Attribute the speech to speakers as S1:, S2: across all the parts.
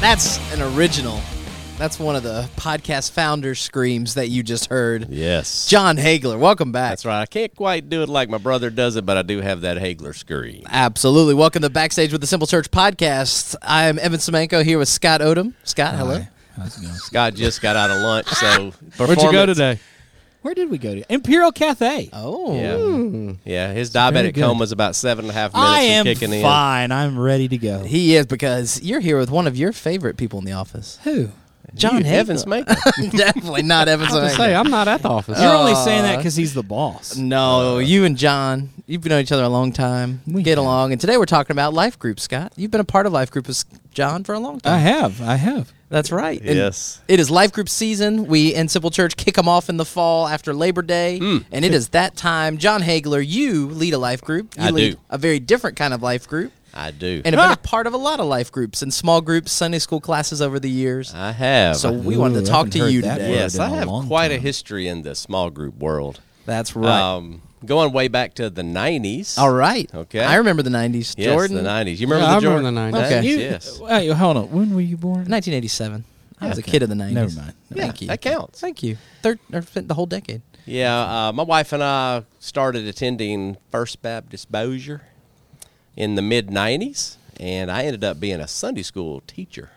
S1: that's an original. That's one of the podcast founder screams that you just heard.
S2: Yes.
S1: John Hagler, welcome back.
S2: That's right. I can't quite do it like my brother does it, but I do have that Hagler screen.
S1: Absolutely. Welcome to Backstage with the Simple Church podcast. I'm Evan Semenko here with Scott Odom. Scott, hello.
S3: How's it going?
S2: Scott just got out of lunch, so
S4: Where'd you go
S2: performance-
S4: today?
S3: Where did we go to? Imperial Cafe.
S1: Oh,
S2: Yeah, yeah. His
S3: very
S2: diabetic
S3: good.
S2: coma is about seven and a half minutes
S3: I
S2: from
S3: am
S2: kicking
S3: fine. I'm ready to go.
S1: he is because you're here with one of your favorite people in the office,
S3: Who?
S2: in.
S1: John
S2: You,
S1: Hagler.
S2: Evans maker.
S1: Definitely not Evan
S4: I
S1: Semenko.
S4: say I'm not at the office.
S3: You're only saying that because he's the boss.
S1: No, you and John, you've known each other a long time.
S3: We
S1: Get
S3: have.
S1: along. And today we're talking about life groups, Scott. You've been a part of life group with John for a long time.
S3: I have. I have.
S1: That's right. And
S2: Yes.
S1: It is life group season. We in Simple Church kick them off in the fall after Labor Day.
S2: Hmm.
S1: And it is that time. John Hagler, you lead a life group. You
S2: I
S1: lead
S2: do.
S1: a very different kind of life group
S2: I do.
S1: and have been a part of a lot of life groups and small groups, Sunday school classes over the years.
S2: I have.
S1: So we
S3: Ooh,
S1: wanted to
S3: I
S1: talk
S3: haven't
S1: to
S3: heard
S1: you
S3: that
S1: today.
S3: word.
S2: yes,
S3: in
S2: I
S3: a
S2: have
S3: long
S2: quite a
S3: time.
S2: history in the small group world.
S1: That's right.
S2: Um, going way back to the nineties.
S1: All right.
S2: okay.
S1: I remember the 90s.
S2: Yes,
S1: Jordan.
S2: the nineties. You remember
S4: Yeah,
S2: the
S4: I remember
S2: Jordan?
S4: the 90s.
S1: Okay.
S3: You-
S2: Yes.
S3: Wait, hold on. When were you born?
S1: 1987. I was a
S3: Okay.
S1: kid of the 90s.
S3: Never mind. Never
S1: Thank you.
S2: That counts.
S1: Thank you. Third, or spent the whole decade.
S2: Yeah, uh, my wife and I started attending First Baptist Bossier in the mid 90s, and I ended up being a Sunday school teacher.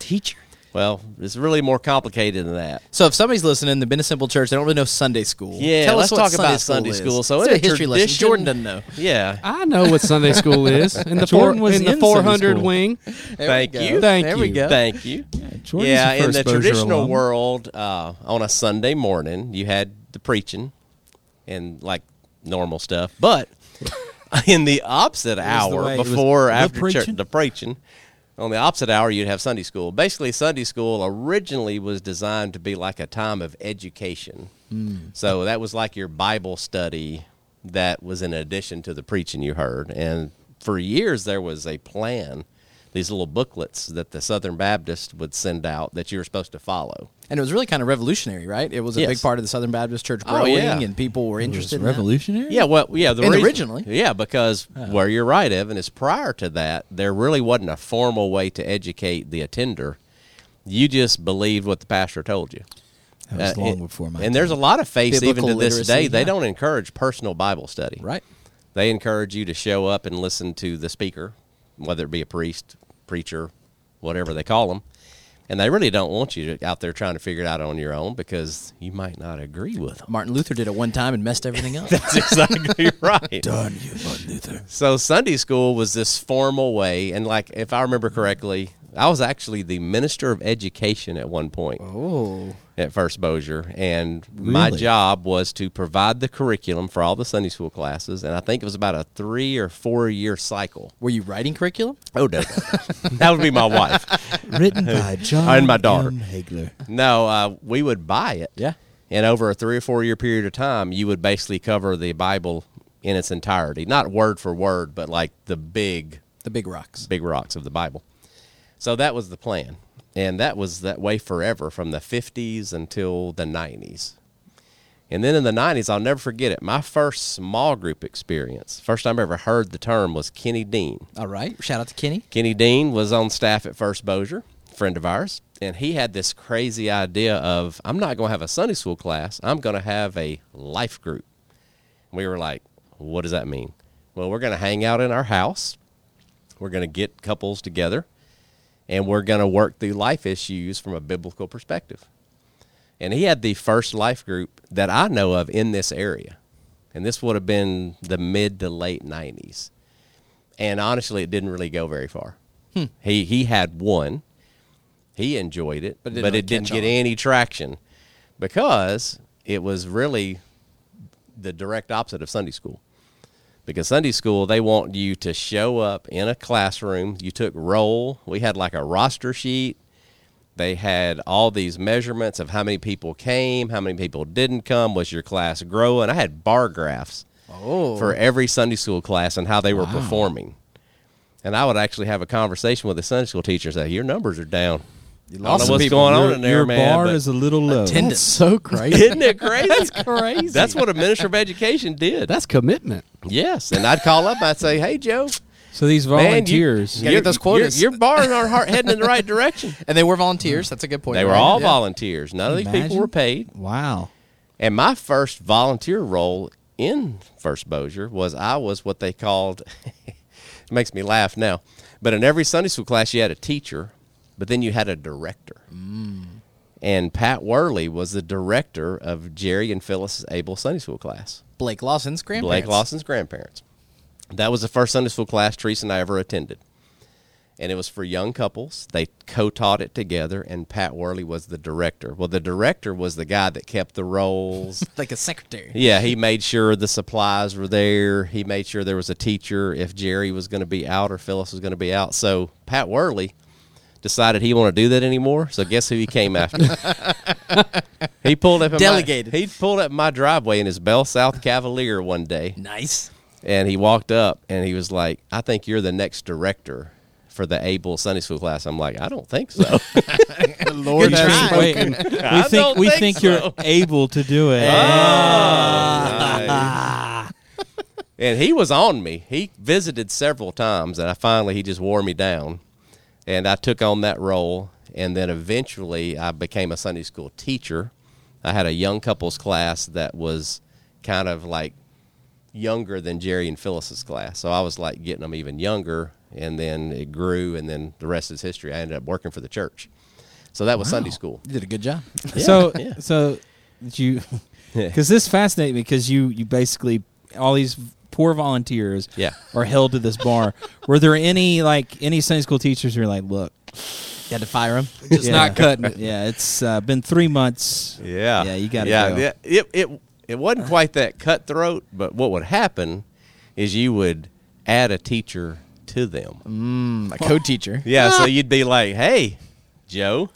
S1: Teacher.
S2: Well, it's really more complicated than that.
S1: So if somebody's listening, they've been to Simple Church, they don't really know Sunday school.
S2: Yeah,
S1: Tell us
S2: let's
S1: what
S2: talk
S1: Sunday
S2: about Sunday
S1: is.
S2: school. So
S1: Let's
S2: in
S1: do a history lesson.
S2: tradition-
S1: Jordan doesn't know.
S2: Yeah.
S4: I know what Sunday school is. In the,
S3: Jordan
S4: four,
S3: was
S4: in the
S3: in Sunday
S4: 400
S3: school.
S4: wing.
S2: Thank you.
S4: Thank
S1: there we
S4: you.
S1: go.
S2: Thank you.
S3: Jordan's
S2: yeah,
S3: the
S2: in
S3: first
S2: the
S3: Bossier
S2: traditional
S3: alum.
S2: world, uh, on a Sunday morning, you had the preaching and like normal stuff, but in the opposite
S3: was the
S2: hour,
S3: way- it was
S2: before or
S3: the
S2: after church,
S3: preaching?
S2: the preaching, on the opposite hour, you'd have Sunday school. Basically, Sunday school originally was designed to be like a time of education.
S3: Hmm.
S2: So that was like your Bible study that was in addition to the preaching you heard. And for years, there was a plan, these little booklets that the Southern Baptist would send out that you were supposed to follow.
S1: And it was really kind of revolutionary, right? It was a
S2: Yes.
S1: big part of the Southern Baptist Church
S2: Oh,
S1: growing,
S2: yeah.
S1: and people were interested in that.
S3: Revolutionary?
S2: Yeah, well, yeah, the
S1: And
S2: reason-
S1: originally. Uh-huh.
S2: yeah, because where you're right, Evan, is prior to that, there really wasn't a formal way to educate the attender. You just believed what the pastor told you.
S3: That was
S2: Uh,
S3: long
S2: it-
S3: before my
S2: And there's a lot of faiths even
S1: Biblical
S2: to this
S1: literacy,
S2: day. They
S1: yeah.
S2: don't encourage personal Bible study.
S1: Right.
S2: They encourage you to show up and listen to the speaker, whether it be a priest, preacher, whatever they call them. And they really don't want you to, out there trying to figure it out on your own because you might not agree with them.
S1: Martin Luther did it one time and messed everything up.
S2: That's exactly right.
S3: Done you, Martin Luther.
S2: So Sunday school was this formal way, and like if I remember correctly, I was actually the minister of education at one point
S1: oh.
S2: at First Bossier, and my
S3: Really?
S2: job was to provide the curriculum for all the Sunday school classes, and I think it was about a three or four year cycle.
S1: Were you writing curriculum?
S2: Oh no, no, no. that would be my wife.
S3: Written by John
S2: And my daughter.
S3: M. Hagler.
S2: No, uh, we would buy it.
S1: Yeah.
S2: And over a three or four year period of time, you would basically cover the Bible in its entirety, not word for word, but like the big
S1: The big rocks.
S2: big rocks of the Bible. So that was the plan. And that was that way forever from the 50s until the 90s. And then in the 90s, I'll never forget it. My first small group experience, first time I ever heard the term was Kenny Dean.
S1: All right. Shout out to Kenny.
S2: Kenny Dean was on staff at First Bossier, friend of ours, and he had this crazy idea of I'm not going to have a Sunday school class, I'm going to have a life group. We were like, what does that mean? Well, we're going to hang out in our house. We're going to get couples together and we're going to work through life issues from a biblical perspective. And he had the first life group that I know of in this area. And this would have been the mid to late 90s and honestly, it didn't really go very far.
S1: Hmm.
S2: He he had one. He enjoyed it, but
S1: it didn't
S2: it didn't,
S1: really catch
S2: get
S1: on.
S2: any traction because it was really the direct opposite of Sunday school. Because Sunday school, they want you to show up in a classroom. You took roll. We had like a roster sheet. They had all these measurements of how many people came, how many people didn't come, was your class growing. I had bar graphs
S1: Oh.
S2: for every Sunday school class and how they were performing. And I would actually have a conversation with the Sunday school teacher and say, Your numbers are down. You I don't
S1: lost
S2: know what's
S1: people.
S2: going on
S3: Your-
S2: in there,
S3: your
S2: man.
S3: bar
S2: but-
S3: is a little low.
S1: Attendance.
S3: That's so crazy.
S2: isn't it crazy? That's
S4: Crazy.
S2: That's what a minister of education did.
S4: That's commitment.
S2: yes. And I'd call up, I'd say, Hey, Joe,
S4: So these
S2: Man, you-
S4: volunteers.
S1: Gotta get those quotas.
S2: You're, you're barring our heart heading in the right direction.
S1: And they were volunteers. That's a good point.
S2: They were
S1: Ryan.
S2: all
S1: Yeah.
S2: volunteers. None of these people
S3: Imagine.
S2: were paid.
S3: Wow.
S2: And my first volunteer role in First Bossier was I was what they called it makes me laugh now. But in every Sunday school class you had a teacher, but then you had a director. And Pat Worley was the director of Jerry and Phyllis Abel Sunday school class.
S1: Blake Lawson's grandparents.
S2: Blake Lawson's grandparents. That was the first Sunday school class Teresa and I ever attended. And it was for young couples. They co taught it together, and Pat Worley was the director. Well, the director was the guy that kept the rolls.
S1: Like a secretary.
S2: yeah, he made sure the supplies were there. He made sure there was a teacher if Jerry was going to be out or Phyllis was going to be out. So Pat Worley decided he wanted to do that anymore. So guess who he came after? he pulled up in my-
S1: Delegated.
S2: he pulled up in my driveway in his Bell South Cavalier one day
S1: Nice.
S2: and he walked up and he was like, "I think you're the next director for the Able Sunday School class." I'm like, "I don't think so."
S3: Lord
S1: has try.
S3: spoken.
S2: I
S3: We think
S2: don't
S3: we
S2: think
S3: think, you're
S2: so.
S3: able to do it. Uh,
S2: and he was on me. He visited several times, and I finally he just wore me down, and I took on that role. And then eventually, I became a Sunday school teacher. I had a young couples class that was kind of like younger than Jerry and Phyllis's class, so I was like getting them even younger. And then it grew, and then the rest is history. I ended up working for the church, so that was Sunday school.
S1: You did a good job.
S3: so
S2: yeah.
S3: so you because this fascinates me because you you basically all these poor volunteers
S2: Yeah.
S3: are held to this bar were there any like any sunday school teachers who were like look
S1: You had to fire him. Just
S3: yeah,
S1: not cutting it.
S3: yeah it's uh, been three months
S2: Yeah.
S3: yeah you gotta
S2: yeah,
S3: go
S2: yeah. It, it, it wasn't quite that cutthroat, but what would happen is you would add a teacher to them.
S1: A co-teacher.
S2: Yeah, so you'd be like, hey, Joe,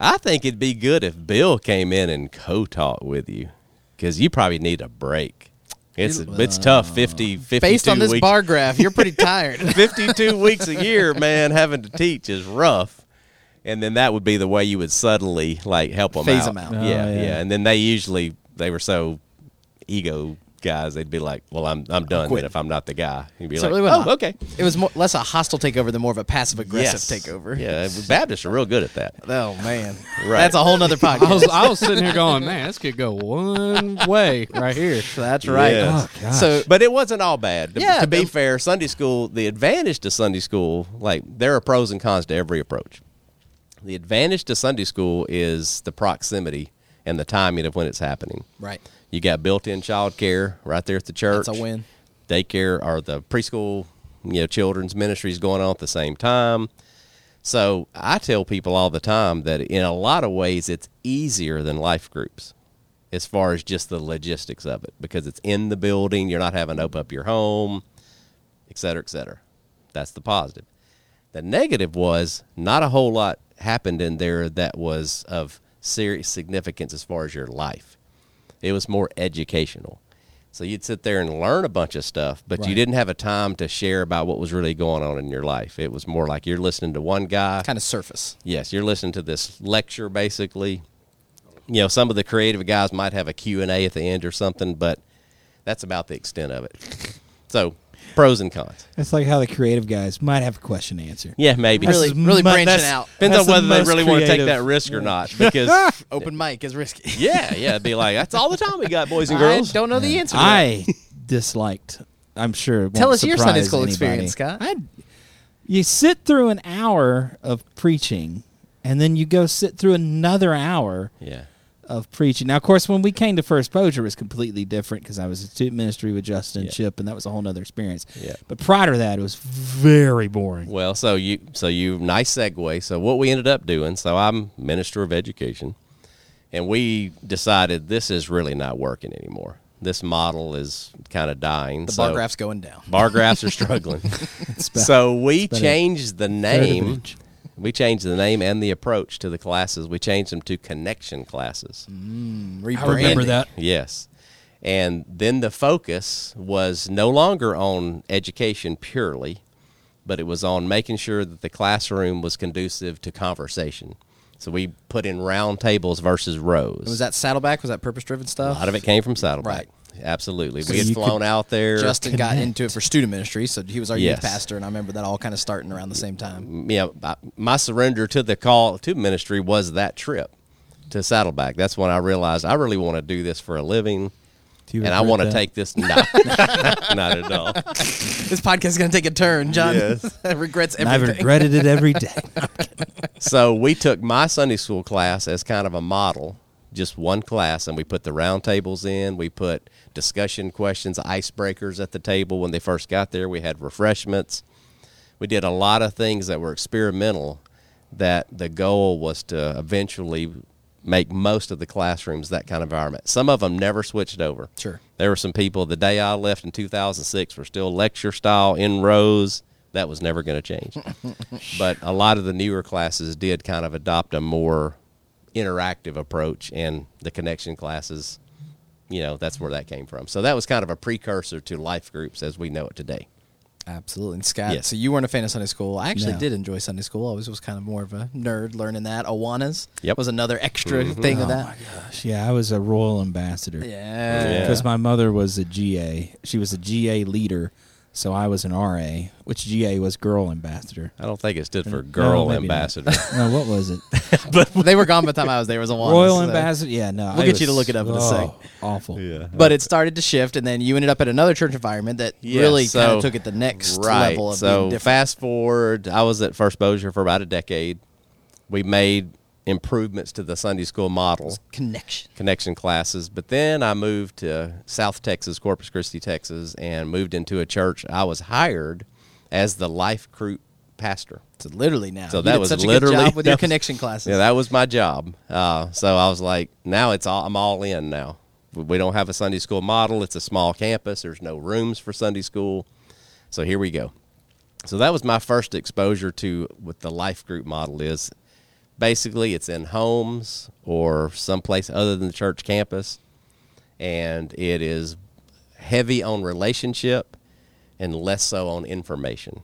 S2: I think it'd be good if Bill came in and co taught with you because you probably need a break. It's, it's tough 50, 52
S1: Based on this
S2: weeks.
S1: bar graph, you're pretty tired.
S2: 52 weeks a year, man, having to teach is rough. And then that would be the way you would suddenly like help them
S1: Phase
S2: out.
S1: 'em out.
S3: Oh,
S2: yeah, yeah,
S3: yeah.
S2: And then they usually they were so ego guys, they'd be like, "Well, I'm I'm done. Then if I'm not the guy, you'd be
S1: So
S2: like,
S1: it really
S2: oh,
S1: wasn't a-
S2: okay,
S1: It was more, less a hostile takeover than more of a passive aggressive
S2: Yes.
S1: takeover.
S2: Yeah, Baptists are real good at that.
S1: Oh man,
S2: Right.
S1: that's a whole nother
S4: I was
S1: podcast.
S4: I was sitting here going, man, this could go one way right here.
S1: that's right.
S2: Yes.
S3: Oh, gosh.
S1: so
S2: But it wasn't all bad. To,
S1: Yeah,
S2: to be
S1: the-
S2: fair, Sunday school, the advantage to Sunday school, like there are pros and cons to every approach. The advantage to Sunday school is the proximity and the timing of when it's happening.
S1: right,
S2: You got built-in childcare right there at the church.
S1: That's a win.
S2: Daycare or the preschool, you know, children's ministries going on at the same time. So I tell people all the time that in a lot of ways it's easier than life groups as far as just the logistics of it because it's in the building, you're not having to open up your home, et cetera, et cetera. That's the positive. The negative was not a whole lot happened in there that was of serious significance as far as your life. It was more educational. So you'd sit there and learn a bunch of stuff, but you
S3: Right.
S2: didn't have a time to share about what was really going on in your life. It was more like you're listening to one guy.
S1: kind of surface.
S2: Yes, you're listening to this lecture basically. You know, some of the creative guys might have a Q&A at the end or something, but that's about the extent of it. So, pros and cons.
S3: it's like how the creative guys might have a question to answer
S2: Yeah, maybe.
S3: That's
S1: Really-
S3: as
S1: really
S3: mu-
S1: branching
S3: that's-
S1: out.
S2: Depends
S3: that's
S2: on
S3: the
S2: whether they
S3: most
S2: really want to take
S3: creative.
S2: that risk or not. Because,
S1: Open mic is risky.
S2: yeah, yeah, it'd be like, that's all the time we got, boys and girls.
S1: I don't know the answer. to that.
S3: I disliked. I'm sure. it
S1: Tell
S3: won't
S1: us your Sunday
S3: surprise
S1: school
S3: anybody.
S1: experience, Scott.
S3: I, you sit through an hour of preaching, and then you go sit through another hour
S2: Yeah.
S3: of preaching. Now, of course, when we came to First Bozier, it was completely different because I was in student ministry with Justin
S2: Yeah.
S3: Chip, and that was a whole nother experience.
S2: Yeah.
S3: But prior to that, it was very boring.
S2: Well, so you, so you, nice segue. So what we ended up doing. So I'm minister of education, and we decided this is really not working anymore. This model is kind of dying.
S1: the
S2: so
S1: bar graph's going down.
S2: bar graphs are struggling. so we
S3: better.
S2: changed the name.
S3: bridge.
S2: We changed the name and the approach to the classes. We changed them to connection classes.
S1: Rebranding.
S2: Yes. And then the focus was no longer on education purely, but it was on making sure that the classroom was conducive to conversation. So we put in round tables versus rows.
S1: Was that Saddleback? Was that purpose driven
S2: a
S1: stuff?
S2: lot of it came from Saddleback.
S1: Right.
S2: Absolutely.
S3: So
S2: We had
S3: you
S2: flown
S3: could
S2: out there.
S1: Justin got
S3: Connect.
S1: into it for student ministry, so he was our
S2: Yes.
S1: youth pastor, and I remember that all kind of starting around the same time.
S2: yeah, I- my surrender to the call to ministry was that trip to Saddleback. That's when I realized I really want to do this for a living,
S3: Do you
S2: and I
S3: regret
S2: want to
S3: that?
S2: take this. No, not at all.
S1: This podcast is going to take a turn. John
S2: Yes.
S1: regrets
S3: And I've
S1: everything.
S3: regretted it every day.
S2: So we took my Sunday school class as kind of a model, just one class, and we put the round tables in. We put discussion questions, icebreakers at the table when they first got there. We had refreshments. We did a lot of things that were experimental that the goal was to eventually make most of the classrooms that kind of environment. Some of them never switched over.
S1: Sure.
S2: There were some people the day I left in 2006 were still lecture style in rows. That was never going to change. but a lot of the newer classes did kind of adopt a more interactive approach, and the connection classes, you know, that's where that came from. So that was kind of a precursor to life groups as we know it today.
S1: Absolutely. And Scott,
S2: Yes.
S1: so you weren't a fan of Sunday school. I actually
S3: No.
S1: did enjoy Sunday school. I always was kind of more of a nerd learning that. Awanas
S2: Yep.
S1: was another extra thing of that.
S3: Gosh, yeah, I was a royal ambassador.
S1: Yeah.
S2: Yeah.
S3: Because my mother was a GA. She was a GA leader, so I was an RA, which GA was girl ambassador.
S2: I don't think it stood for
S3: No,
S2: girl
S3: maybe not.
S2: ambassador.
S3: No, what was it?
S1: they were gone by the time I was there. It was Awanas.
S3: royal
S1: so-
S3: ambassador? Yeah, no.
S1: We'll
S3: I
S1: get you to
S3: was-
S1: look it up in a sec.
S3: oh, Awful.
S1: But it started to shift, and then you ended up at another church environment that
S2: Yeah,
S1: really kind
S2: so-
S1: of took it the next
S2: right.
S1: level of
S2: so
S1: being different.
S2: fast forward, I was at First Bossier for about a decade. We made improvements to the Sunday school model.
S1: Connection.
S2: connection classes. But then I moved to South Texas, Corpus Christi, Texas, and moved into a church. I was hired as the life group pastor.
S1: So literally now.
S2: So
S1: You
S2: that
S1: did
S2: was
S1: such
S2: literally
S1: a good job with
S2: that
S1: your
S2: was-
S1: connection classes.
S2: Yeah, that was my job. Uh, so I was like, now it's all I'm all in now. We- We don't have a Sunday school model. It's a small campus. There's no rooms for Sunday school. So here we go. So that was my first exposure to what the life group model is. Basically, it's in homes or someplace other than the church campus, and it is heavy on relationship and less so on information.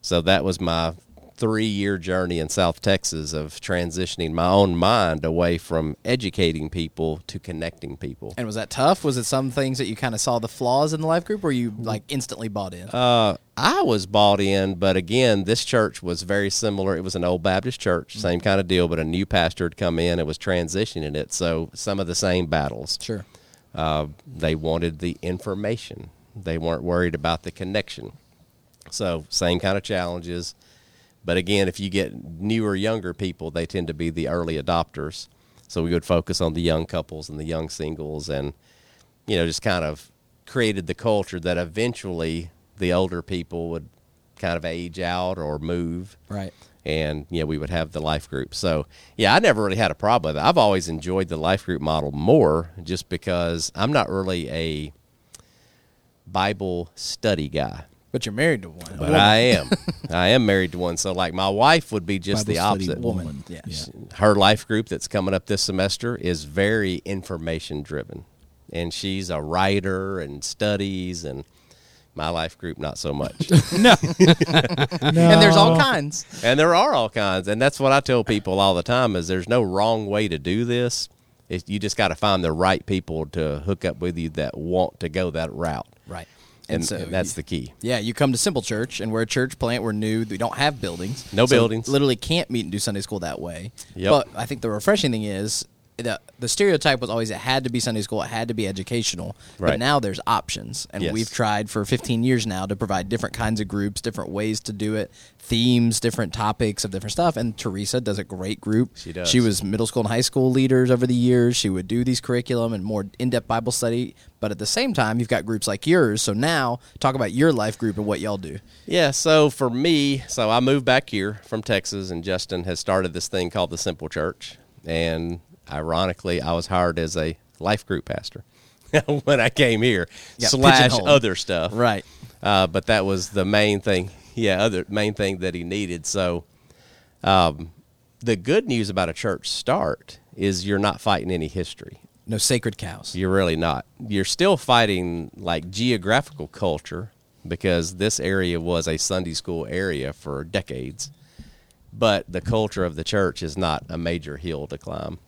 S2: So that was my three year journey in South Texas of transitioning my own mind away from educating people to connecting people.
S1: and was that tough? Was it some things that you kind of saw the flaws in the life group, or you like instantly bought in?
S2: Uh, I was bought in, but again, this church was very similar. It was an old Baptist church, same kind of deal, but a new pastor had come in and was transitioning it. So some of the same battles.
S1: sure.
S2: Uh, they wanted the information. They weren't worried about the connection. So same kind of challenges. But again, if you get newer, younger people, they tend to be the early adopters. So we would focus on the young couples and the young singles and, you know, just kind of created the culture that eventually the older people would kind of age out or move
S1: Right.
S2: and yeah, we would have the life group. So yeah, I never really had a problem with it. I've always enjoyed the life group model more, just because I'm not really a Bible study guy,
S1: But you're married to one.
S2: but I am. I am married to one, so like my wife would be just
S3: Bible
S2: the
S3: study
S2: opposite.
S1: woman. Yeah.
S2: Her life group that's coming up this semester is very information driven, and she's a writer and studies and. My life group, not so much.
S1: And there's all
S3: No.
S1: kinds.
S2: and there are all kinds and that's what i tell people all the time is there's no wrong way to do this it's, you just got to find the right people to hook up with you that want to go that route
S1: Right.
S2: and, and that's the key
S1: Yeah, you come to Simple Church, and we're a church plant. We're new. We don't have buildings.
S2: No
S1: So
S2: buildings.
S1: Literally can't meet and do Sunday school that way.
S2: Yep.
S1: But I think the refreshing thing is the, the stereotype was always it had to be Sunday school, it had to be educational.
S2: Right.
S1: But now there's options. And
S2: Yes.
S1: we've tried for 15 years now to provide different kinds of groups, different ways to do it, themes, different topics of different stuff. And Teresa does a great group.
S2: She does.
S1: She was middle school and high school leaders over the years. She would do these curriculum and more in depth Bible study. But at the same time, you've got groups like yours. So now talk about your life group and what y'all do.
S2: Yeah, so for me, so I moved back here from Texas, and Justin has started this thing called the Simple Church. And ironically, I was hired as a life group pastor when I came here,
S1: Yeah,
S2: slash
S1: pigeonholed.
S2: other stuff.
S1: Right.
S2: Uh, but that was the main thing. Yeah, other main thing that he needed. So, um, the good news about a church start is you're not fighting any history.
S1: No sacred cows.
S2: You're really not. You're still fighting like geographical culture because this area was a Sunday school area for decades. But the culture of the church is not a major hill to climb.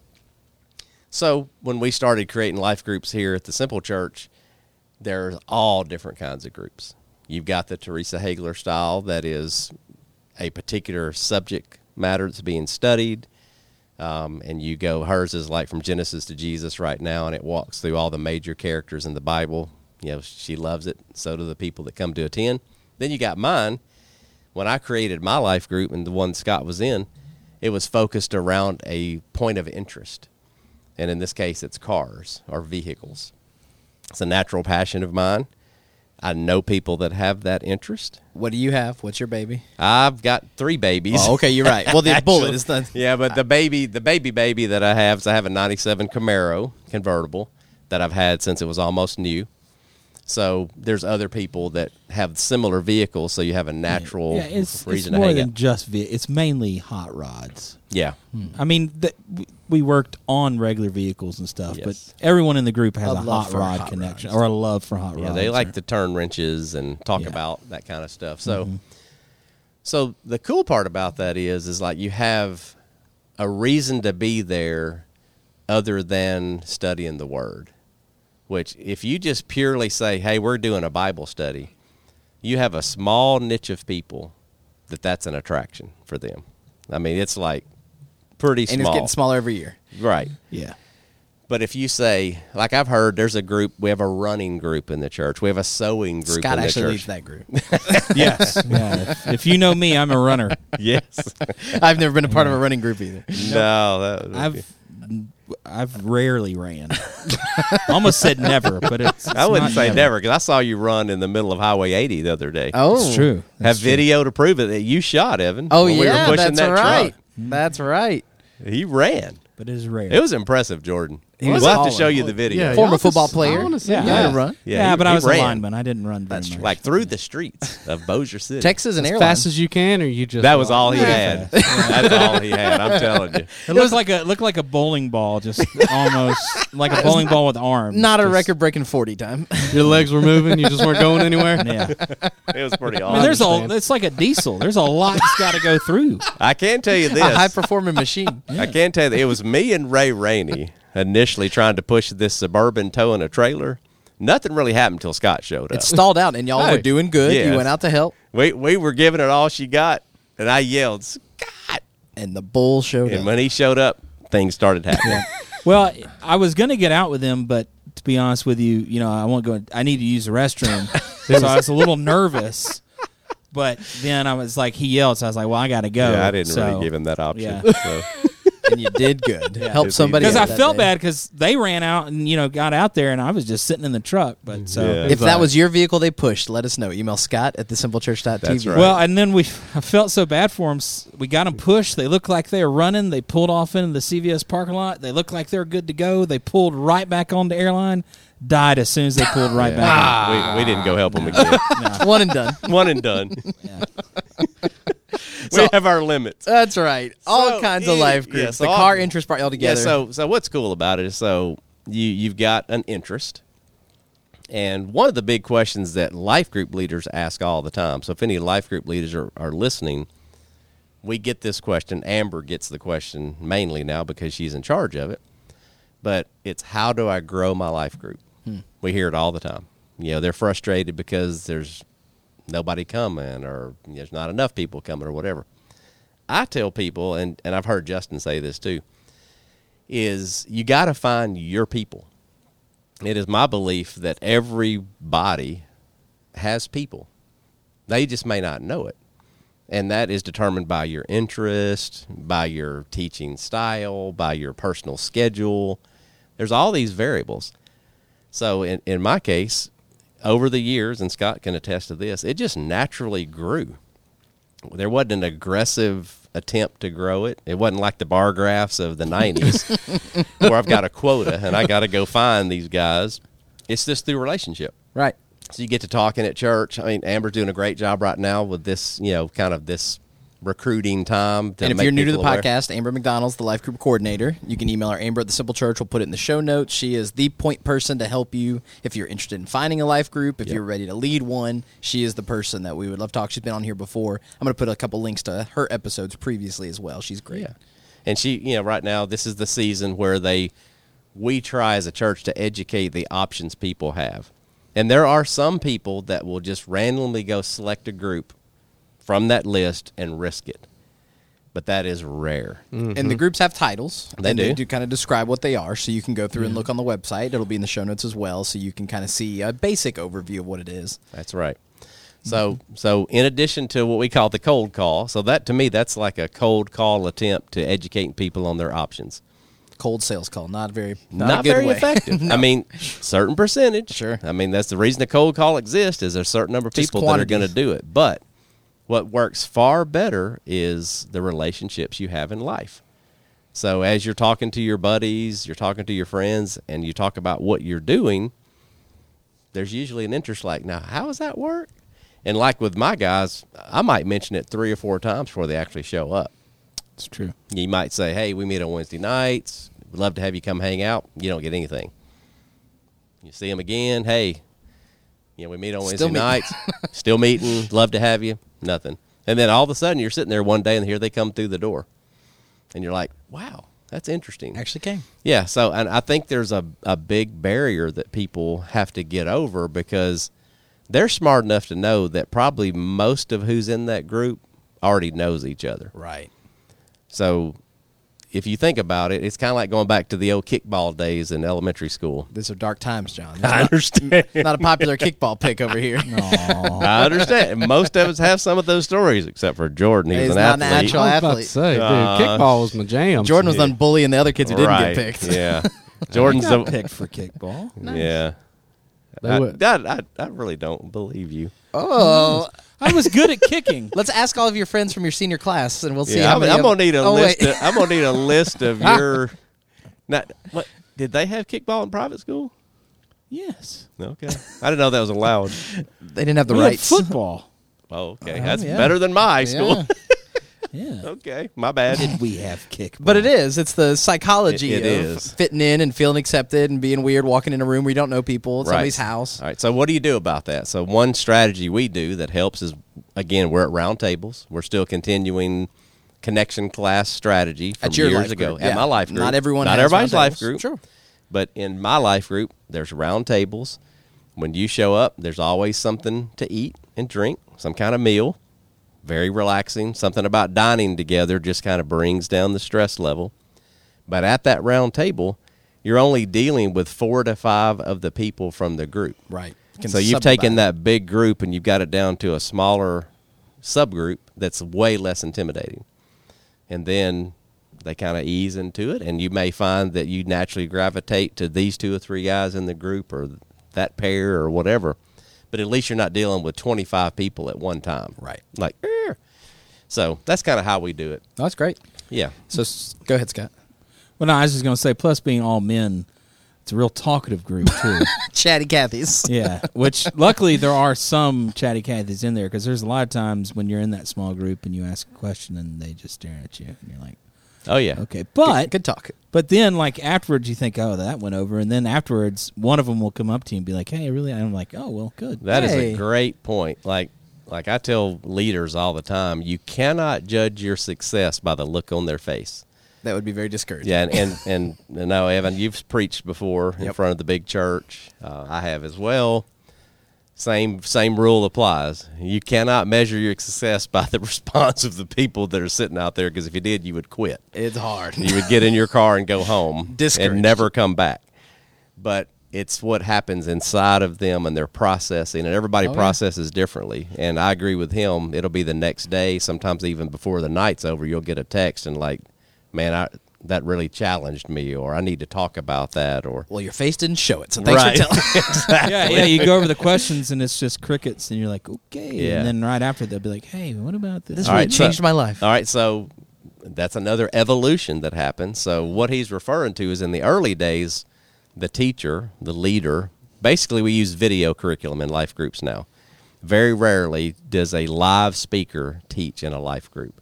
S2: So when we started creating life groups here at the Simple Church, there's all different kinds of groups. You've got the Teresa Hagler style that is a particular subject matter that's being studied. Um, and you go, hers is like from Genesis to Jesus right now, and it walks through all the major characters in the Bible. You know, she loves it. So do the people that come to attend. Then you got mine. When I created my life group and the one Scott was in, it was focused around a point of interest. And in this case, it's cars or vehicles. It's a natural passion of mine. I know people that have that interest.
S1: What do you have? What's your baby?
S2: I've got three babies.
S1: Oh, okay, you're right. Well, the bullet is the
S2: Yeah, but the baby, the baby baby that I have is I have a '97 Camaro convertible that I've had since it was almost new. So there's other people that have similar vehicles, so you have a natural
S3: yeah, it's, it's
S2: reason to
S3: more
S2: hang
S3: than Hmm.
S2: out.
S3: just ve- it's mainly hot rods.
S2: Yeah,
S3: I mean, th- w- we worked on regular vehicles and stuff,
S2: Yes.
S3: but everyone in the group has
S1: A
S3: a,
S1: love
S3: hot
S1: for
S3: rod
S1: hot
S3: connection
S1: rods.
S3: or a love for hot
S2: yeah,
S3: rods.
S2: they
S3: or-
S2: like to turn wrenches and talk
S3: Yeah.
S2: about that kind of stuff. So,
S1: Mm-hmm.
S2: so the cool part about that is, is like you have a reason to be there other than studying the Word. Which, if you just purely say, "Hey, we're doing a Bible study," you have a small niche of people that that's an attraction for them. I mean, it's like pretty
S1: and it's
S2: small,
S1: getting smaller every year.
S2: right?
S3: yeah.
S2: But if you say, like I've heard, there's a group. We have a running group in the church. We have a sewing group
S1: Scott
S2: in the
S1: actually
S2: church.
S1: leads that group.
S3: Yes. yeah. If, if you know me, I'm a runner.
S2: Yes.
S1: I've never been a part of a running group either.
S2: no. That,
S3: I've I've rarely ran. Almost said never, but it's,
S2: I
S3: it's
S2: wouldn't
S3: not
S2: say never because I saw you run in the middle of Highway 80 the other day.
S1: Oh,
S3: It's true.
S2: have
S3: That's true.
S2: video to prove it that you shot Evan.
S1: Oh
S2: when
S1: yeah,
S2: we were pushing
S1: that's
S2: that
S1: right. That's right.
S2: Truck. He ran.
S3: but it is rare.
S2: It was impressive, Jordan.
S1: He was
S2: we'll have to
S1: hauling.
S2: show you the video.
S4: Yeah,
S1: Former
S4: y'all
S1: football
S4: just- I
S1: player.
S4: wanna see
S1: yeah,
S4: that.
S1: you had a run.
S2: Yeah,
S3: yeah,
S2: he-
S3: but I
S2: he
S3: was
S2: ran.
S3: a lineman. I didn't run. Very
S1: That's
S3: much.
S1: true.
S2: Like through the streets of Bossier City.
S1: Texas and
S4: As
S1: airline.
S4: fast as you can, or you just
S2: That was all he
S4: Yeah.
S2: had. That's all he had. I'm telling you.
S3: It looked like a it looked like a bowling ball, just almost like a bowling ball with arms.
S1: Not a
S3: Just-
S1: record breaking forty time.
S4: Your legs were moving. You just weren't going anywhere.
S3: Yeah,
S2: It was pretty
S3: I mean,
S2: awesome.
S3: there's a
S4: understand.
S3: it's like a diesel. There's a lot that's got to go through.
S2: I can tell you this.
S1: a high performing machine.
S2: I can tell you that it was me and Ray Rainey initially trying to push this suburban tow in a trailer. Nothing really happened until Scott showed up.
S1: It stalled out, and y'all
S2: Hey.
S1: were doing good.
S2: Yes.
S1: You went out to help,
S2: we we were giving it all she got, and I yelled Scott.
S1: and the bull showed
S2: And
S1: up.
S2: when he showed up, things started happening.
S3: Well, I was gonna get out with him, but to be honest with you, you know, I won't go. I need to use the restroom, so I was a little nervous. But then I was like, he yelled, so I was like, well, I gotta go.
S2: Yeah, I didn't really give him that option. so.
S1: and you did good. Helped
S2: Yes, he
S1: somebody.
S3: because
S2: Yeah,
S3: I
S1: out that
S3: felt
S1: day.
S3: bad because they ran out and you know got out there, and I was just sitting in the truck. But so.
S2: Mm-hmm. Yeah.
S1: If that
S4: Right.
S1: was your vehicle they pushed, let us know. Email Scott at thesimplechurch.tv.
S2: That's right.
S3: Well, and then we I felt so bad for them. We got them pushed. They looked like they were running. They pulled off into the CVS parking lot. They looked like they were good to go. They pulled right back on the airline. Died as soon as they pulled right back.
S2: Yeah. we, we didn't go help him again.
S1: One and done.
S2: One and done. we have our limits.
S1: That's right. All
S2: So,
S1: kinds of
S2: yeah,
S1: life
S2: yeah,
S1: groups.
S2: so
S1: the
S2: all-
S1: car interest part all together.
S2: Yeah. So so what's cool about it is so you you've got an interest, and one of the big questions that life group leaders ask all the time. So if any life group leaders are, are listening, we get this question. Amber gets the question mainly now because she's in charge of it. But it's how do I grow my life group?
S1: Hmm.
S2: We hear it all the time. You know, they're frustrated because there's nobody coming or there's not enough people coming or whatever. I tell people, and, and I've heard Justin say this too, is you got to find your people. It is my belief that everybody has people. They just may not know it. And that is determined by your interest, by your teaching style, by your personal schedule. There's all these variables. So in, in my case, over the years, and Scott can attest to this, it just naturally grew there wasn't an aggressive attempt to grow it. It wasn't like the bar graphs of the 90s where I've got a quota and I got to go find these guys. It's just through relationship.
S1: right.
S2: So you get to talking at church. I mean, Amber's doing a great job right now with this, you know, kind of this recruiting time. To
S1: And if
S2: make
S1: you're new to the
S2: people aware.
S1: podcast, Amber McDonald's the life group coordinator. You can email her Amber at the Simple Church. We'll put it in the show notes. She is the point person to help you if you're interested in finding a life group. If
S2: Yep.
S1: you're ready to lead one, she is the person that we would love to talk. She's been on here before. I'm going to put a couple links to her episodes previously as well. She's great.
S2: Yeah. And she, you know, right now this is the season where they we try as a church to educate the options people have. And there are some people that will just randomly go select a group from that list and risk it. But that is rare.
S1: And the groups have titles.
S2: Mm-hmm. They
S1: and They
S2: do.
S1: do kind of describe what they are, so you can go through and look on the website. It'll be in the show notes as well, so you can kind of see a basic overview of what it is.
S2: That's right. So so in addition to what we call the cold call, so that to me that's like a cold call attempt to educate people on their options.
S1: Cold sales call, not very, not,
S2: Not,
S1: a good
S2: very
S1: way.
S2: effective. I mean, certain percentage.
S1: Sure.
S2: I mean, that's the reason the cold call exists is there's a certain number of
S1: Just
S2: people that are
S1: quantity.
S2: going to do it. But what works far better is the relationships you have in life. So as you're talking to your buddies, you're talking to your friends, and you talk about what you're doing, there's usually an interest like, now, how does that work? And like with my guys, I might mention it three or four times before they actually show up.
S3: It's true.
S2: You might say, hey, we meet on Wednesday nights. We'd love to have you come hang out. You don't get anything. You see them again. Hey, you know, we meet on Wednesday
S1: Still meeting.
S2: nights. Still meeting. Love to have you. Nothing. And then all of a sudden you're sitting there one day and here they come through the door. And you're like, wow, that's interesting.
S1: Ah. Actually came.
S2: Yeah. So, and I think there's a, a big barrier that people have to get over because they're smart enough to know that probably most of who's in that group already knows each other.
S1: Right.
S2: So if you think about it, it's kind of like going back to the old kickball days in elementary school.
S1: These are dark times, John.
S2: I understand.
S1: not a popular kickball pick over here.
S2: I understand. Most of us have some of those stories, except for Jordan. He was
S1: He's
S2: an
S1: not
S2: athlete.
S1: natural.
S4: I was about to
S1: athlete.
S4: say, dude,
S2: Uh,
S4: kickball was my jam.
S1: Jordan was on bullying the other kids who didn't
S2: right.
S1: get picked.
S2: Yeah. Jordan's the.
S3: picked for kickball.
S2: Yeah.
S4: They
S2: I,
S4: would-
S2: I, I, I really don't believe you.
S1: Oh,
S3: I was good at kicking.
S1: let's ask all of your friends from your senior class, and we'll see.
S2: Yeah,
S1: how
S2: I'm,
S1: many
S2: I'm
S1: of-
S2: gonna need a
S1: Oh,
S2: list.
S1: wait.
S2: Of, I'm gonna need a list of your. Not what did they have kickball in private school?
S3: Yes.
S2: Okay, I didn't know that was allowed.
S1: they didn't have the
S3: We had
S1: rights.
S3: football.
S2: Oh, okay, that's
S1: Uh-huh, yeah.
S2: better than my high school.
S3: Yeah.
S2: okay, my bad.
S3: we have kickball?
S1: But it is. It's the psychology
S2: It- it
S1: of
S2: is.
S1: fitting in and feeling accepted and being weird, walking in a room where you don't know people,
S2: Right.
S1: somebody's house.
S2: All right. So what do you do about that? So one strategy we do that helps is again we're at round tables. We're still continuing connection class strategy from
S1: At your
S2: years
S1: life
S2: ago
S1: group,
S2: at
S1: yeah.
S2: my life group.
S1: Not everyone
S2: not
S1: has
S2: everybody's
S1: round
S2: life
S1: tables.
S2: group.
S1: Sure.
S2: But in my life group, there's round tables. When you show up, there's always something to eat and drink, some kind of meal. Very relaxing. Something about dining together just kind of brings down the stress level. But at that round table, you're only dealing with four to five of the people from the group.
S1: Right.
S2: So you've taken that big group and you've got it down to a smaller subgroup that's way less intimidating. And then they kind of ease into it, and you may find that you naturally gravitate to these two or three guys in the group or that pair or whatever. But at least you're not dealing with 25 people at one time.
S1: Right.
S2: Like, "Eh." so that's kind of how we do it.
S1: That's great.
S2: Yeah.
S1: So s- go ahead, Scott.
S3: Well, no, I was just going to say, plus being all men, it's a real talkative group, too.
S1: Chatty Cathy's.
S3: yeah. Which luckily there are some chatty Cathys in there because there's a lot of times when you're in that small group and you ask a question and they just stare at you and you're like,
S2: Oh, yeah.
S3: okay. But
S1: Good talk.
S3: But then, like afterwards, you think, "Oh, that went over." And then afterwards, one of them will come up to you and be like, "Hey, really?" And I'm like, "Oh, well, good."
S2: That is
S1: Hey.
S2: a great point. Like like I tell leaders all the time, you cannot judge your success by the look on their face.
S1: That would be very discouraging.
S2: Yeah, and and, and, and no, Evan, you've preached before in
S1: Yep.
S2: front of the big church. Uh, I have as well. Same same rule applies. You cannot measure your success by the response of the people that are sitting out there because if you did, you would quit.
S1: It's hard.
S2: You would get in your car and go home
S1: Discouraged.
S2: and never come back. But it's what happens inside of them and their processing, and everybody
S1: Oh,
S2: processes differently. And I agree with him. It'll be the next day, sometimes even before the night's over, you'll get a text and like, "Man, I that really challenged me," or "I need to talk about that," or
S1: Well, your face didn't show it, so thanks
S2: Right.
S1: for telling.
S3: yeah, yeah. You go over the questions and it's just crickets, and you're like, "Okay."
S2: Yeah.
S3: And then right after, they'll be like, "Hey, what about this?"
S1: This
S2: All
S1: really
S2: right, so-
S1: changed my life.
S2: All right, so that's another evolution that happens. So what he's referring to is in the early days, the teacher, the leader, basically we use video curriculum in life groups now. Very rarely does a live speaker teach in a life group.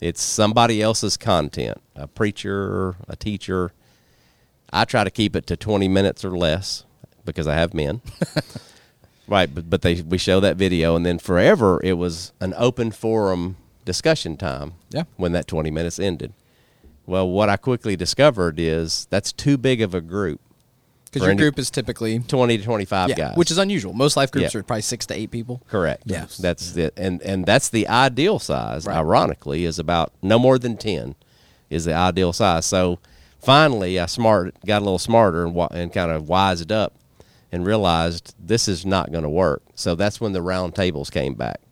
S2: It's somebody else's content, a preacher, a teacher. I try to keep it to 20 minutes or less because I have men. Right, but, but they we show that video, and then forever it was an open forum discussion time.
S1: Yeah.
S2: When that twenty minutes ended, Well, what I quickly discovered is that's too big of a group.
S1: Because
S2: For
S1: your
S2: any-
S1: group is typically
S2: 20 to 25
S1: yeah,
S2: guys.
S1: which is unusual. Most life groups
S2: Yeah.
S1: are probably six to eight people.
S2: correct.
S1: Yeah.
S2: That's it. And and that's the ideal size,
S1: Right.
S2: ironically, is about no more than 10 is the ideal size. So finally I smart got a little smarter and wa- and kind of wised up and realized this is not going to work. So that's when the round tables came back.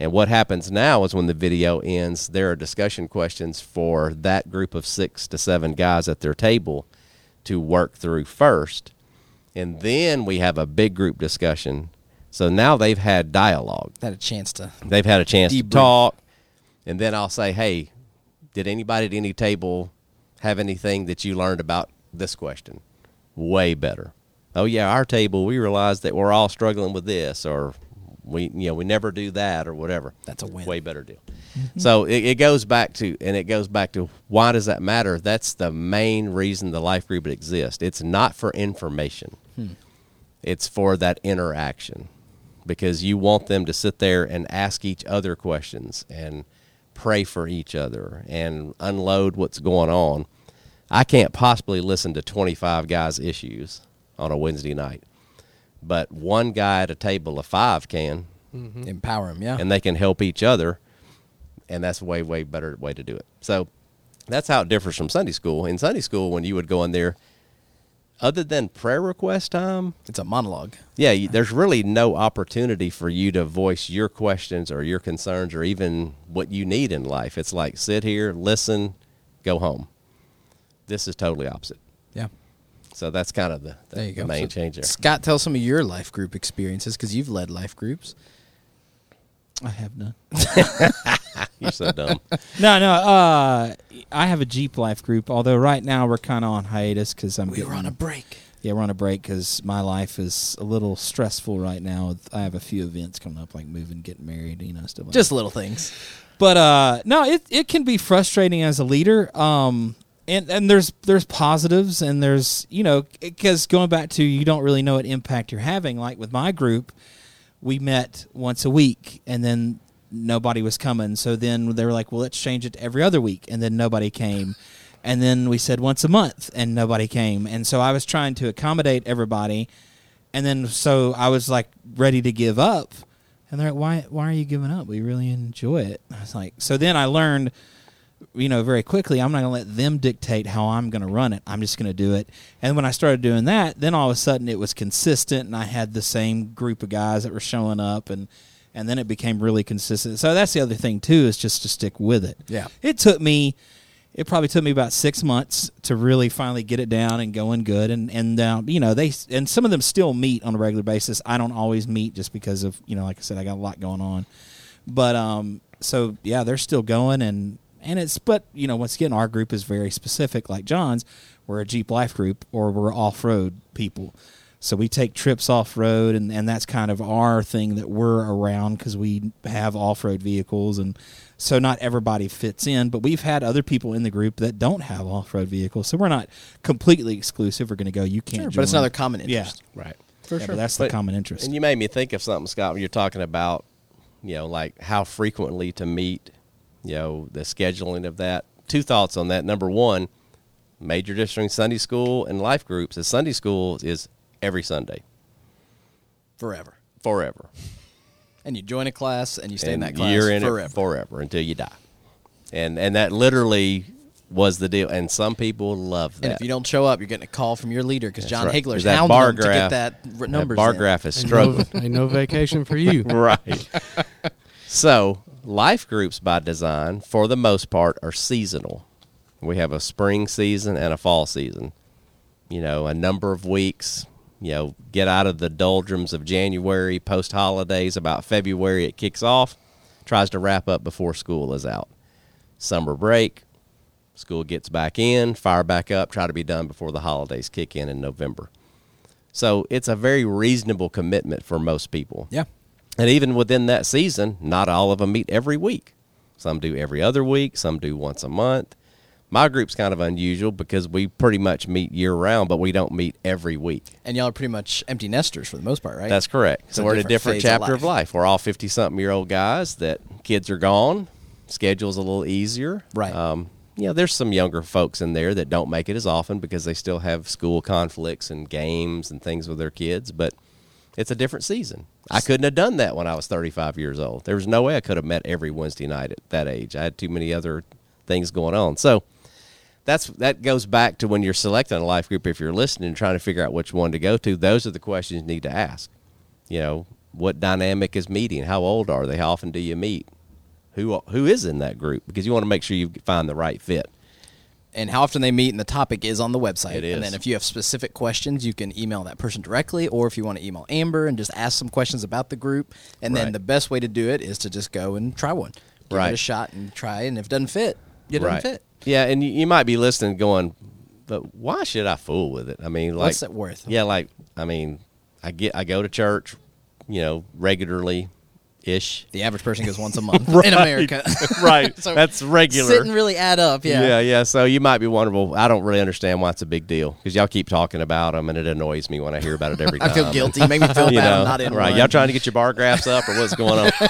S2: And what happens now is when the video ends, there are discussion questions for that group of six to seven guys at their table to work through first. And then we have a big group discussion. So now they've had dialogue,
S1: That a chance to
S2: they've had a chance
S1: Debrief.
S2: to talk. And then I'll say, hey, did anybody at any table have anything that you learned about this question? Way better. Oh, yeah, our table, we realized that we're all struggling with this, or we, you know, we never do that, or whatever.
S1: That's a win.
S2: Way better deal. So it, it goes back to, and it goes back to why does that matter? That's the main reason the life group exists. It's not for information,
S1: Hmm.
S2: it's for that interaction because you want them to sit there and ask each other questions and pray for each other and unload what's going on. I can't possibly listen to 25 guys' issues on a Wednesday night, but one guy at a table of five can Mm-hmm.
S1: empower them. Yeah.
S2: and they can help each other and that's way way better way to do it so that's how it differs from sunday school in sunday school when you would go in there other than prayer request time
S1: it's a monologue.
S2: yeah you, there's really no opportunity for you to voice your questions or your concerns or even what you need in life it's like sit here listen go home this is totally opposite
S1: Yeah.
S2: so that's kind of the, the
S1: There you go.
S2: main
S1: So,
S2: change there
S1: Scott, tell some of your life group experiences because you've led life groups.
S3: I have none.
S2: you're so dumb
S3: No, no. Uh, I have a Jeep life group, although right now we're kind of on hiatus because I'm.
S1: We were on a break.
S3: Yeah, we're on a break because my life is a little stressful right now. I have a few events coming up, like moving, getting married, you know, stuff. Like
S1: Just little things.
S3: but uh, no, it it can be frustrating as a leader. Um, and and there's there's positives and there's you know because going back to you don't really know what impact you're having. Like with my group, we met once a week, and then nobody was coming. So then they were like, well, let's change it to every other week, and then nobody came. And then we said once a month, and nobody came. And so I was trying to accommodate everybody, and then so I was like ready to give up. And they're like, "Why? Why are you giving up? We really enjoy it." I was like, so then I learned, you know, very quickly, I'm not going to let them dictate how I'm going to run it. I'm just going to do it. And when I started doing that, then all of a sudden it was consistent, and I had the same group of guys that were showing up, and and then it became really consistent. So that's the other thing too is just to stick with it.
S1: Yeah.
S3: it took me. It probably took me about six months to really finally get it down and going good, and and now you know they and some of them still meet on a regular basis. I don't always meet just because of you know like I said I got a lot going on, but um, so yeah, they're still going, and and it's but you know once again our group is very specific. Like John's, we're a Jeep Life group, or we're off road people, so we take trips off road, and and that's kind of our thing that we're around because we have off road vehicles, and so not everybody fits in. But we've had other people in the group that don't have off road vehicles, so we're not completely exclusive. We're going to go, you can't,
S1: But it's
S3: join."
S1: another common
S3: Yeah.
S1: interest.
S2: right
S1: For
S3: Yeah,
S1: sure.
S3: but that's the
S2: But-
S3: common interest.
S2: And you made me think of something, Scott. When you're talking about, you know, like how frequently to meet, you know, the scheduling of that. Two thoughts on that. Number one, major difference between Sunday school and life groups is Sunday school is every Sunday
S1: forever.
S2: forever,
S1: And you join a class and you stay in
S2: and
S1: that class
S2: you're in
S1: forever.
S2: it forever until you die, and and that literally was the deal. And some people love that.
S1: and if you don't show up, you're getting a call from your leader because John
S2: right.
S1: Hagler's
S2: Is that
S1: hounding
S2: bar
S1: them to get
S2: graph-
S1: that r-
S2: that
S1: numbers.
S2: bar
S1: in.
S2: graph is
S4: Ain't no-
S2: struggling.
S4: ain't no vacation for you.
S2: right. so, life groups by design, for the most part, are seasonal. We have a spring season and a fall season. You know, a number of weeks, you know, get out of the doldrums of January, post holidays, about February, it kicks off, tries to wrap up before school is out. Summer break, school gets back in, fire back up, try to be done before the holidays kick in in November. So, it's a very reasonable commitment for most people.
S1: Yeah.
S2: And even within that season, not all of them meet every week. Some do every other week, some do once a month. My group's kind of unusual because we pretty much meet year round, but we don't meet every week.
S1: And y'all are pretty much empty nesters for the most part, right?
S2: That's correct.
S1: It's
S2: So
S1: a
S2: we're in a
S1: different
S2: different
S1: phase of
S2: chapter of life. We're all 50 something year old guys that kids are gone, schedule's a little easier.
S1: Right.
S2: Um, you know, there's some younger folks in there that don't make it as often because they still have school conflicts and games and things with their kids, but it's a different season. I couldn't have done that when I was 35 years old. There was no way I could have met every Wednesday night at that age. I had too many other things going on. So that's that goes back to when you're selecting a life group if you're listening and trying to figure out which one to go to. Those are the questions you need to ask. You know, what dynamic is meeting? How old are they? How often do you meet? Who who is in that group? Because you want to make sure you find the right fit.
S1: and how often they meet and the topic is on the website.
S2: It is.
S1: And then if you have specific questions, you can email that person directly or if you want to email Amber and just ask some questions about the group. And then
S2: Right.
S1: the best way to do it is to just go and try one. Give it
S2: Right.
S1: a shot and try and if it doesn't fit, it doesn't fit.
S2: Yeah, and you, you might be listening, going, but why should I fool with it? I mean, like,
S1: What's it worth?
S2: Yeah, like, I mean, I get, I go to church, you know, regularly, ish.
S1: The average person goes once a month in America.
S2: right,
S1: So,
S2: that's regular.
S1: Sit and really add up, yeah.
S2: yeah, yeah. So you might be wondering, well, I don't really understand why it's a big deal because y'all keep talking about them, and it annoys me when I hear about it every time.
S1: I feel guilty. Make me feel bad.
S2: Um, you know,
S1: I'm not in
S2: right?
S1: one.
S2: Y'all trying to get your bar graphs up or what's going on?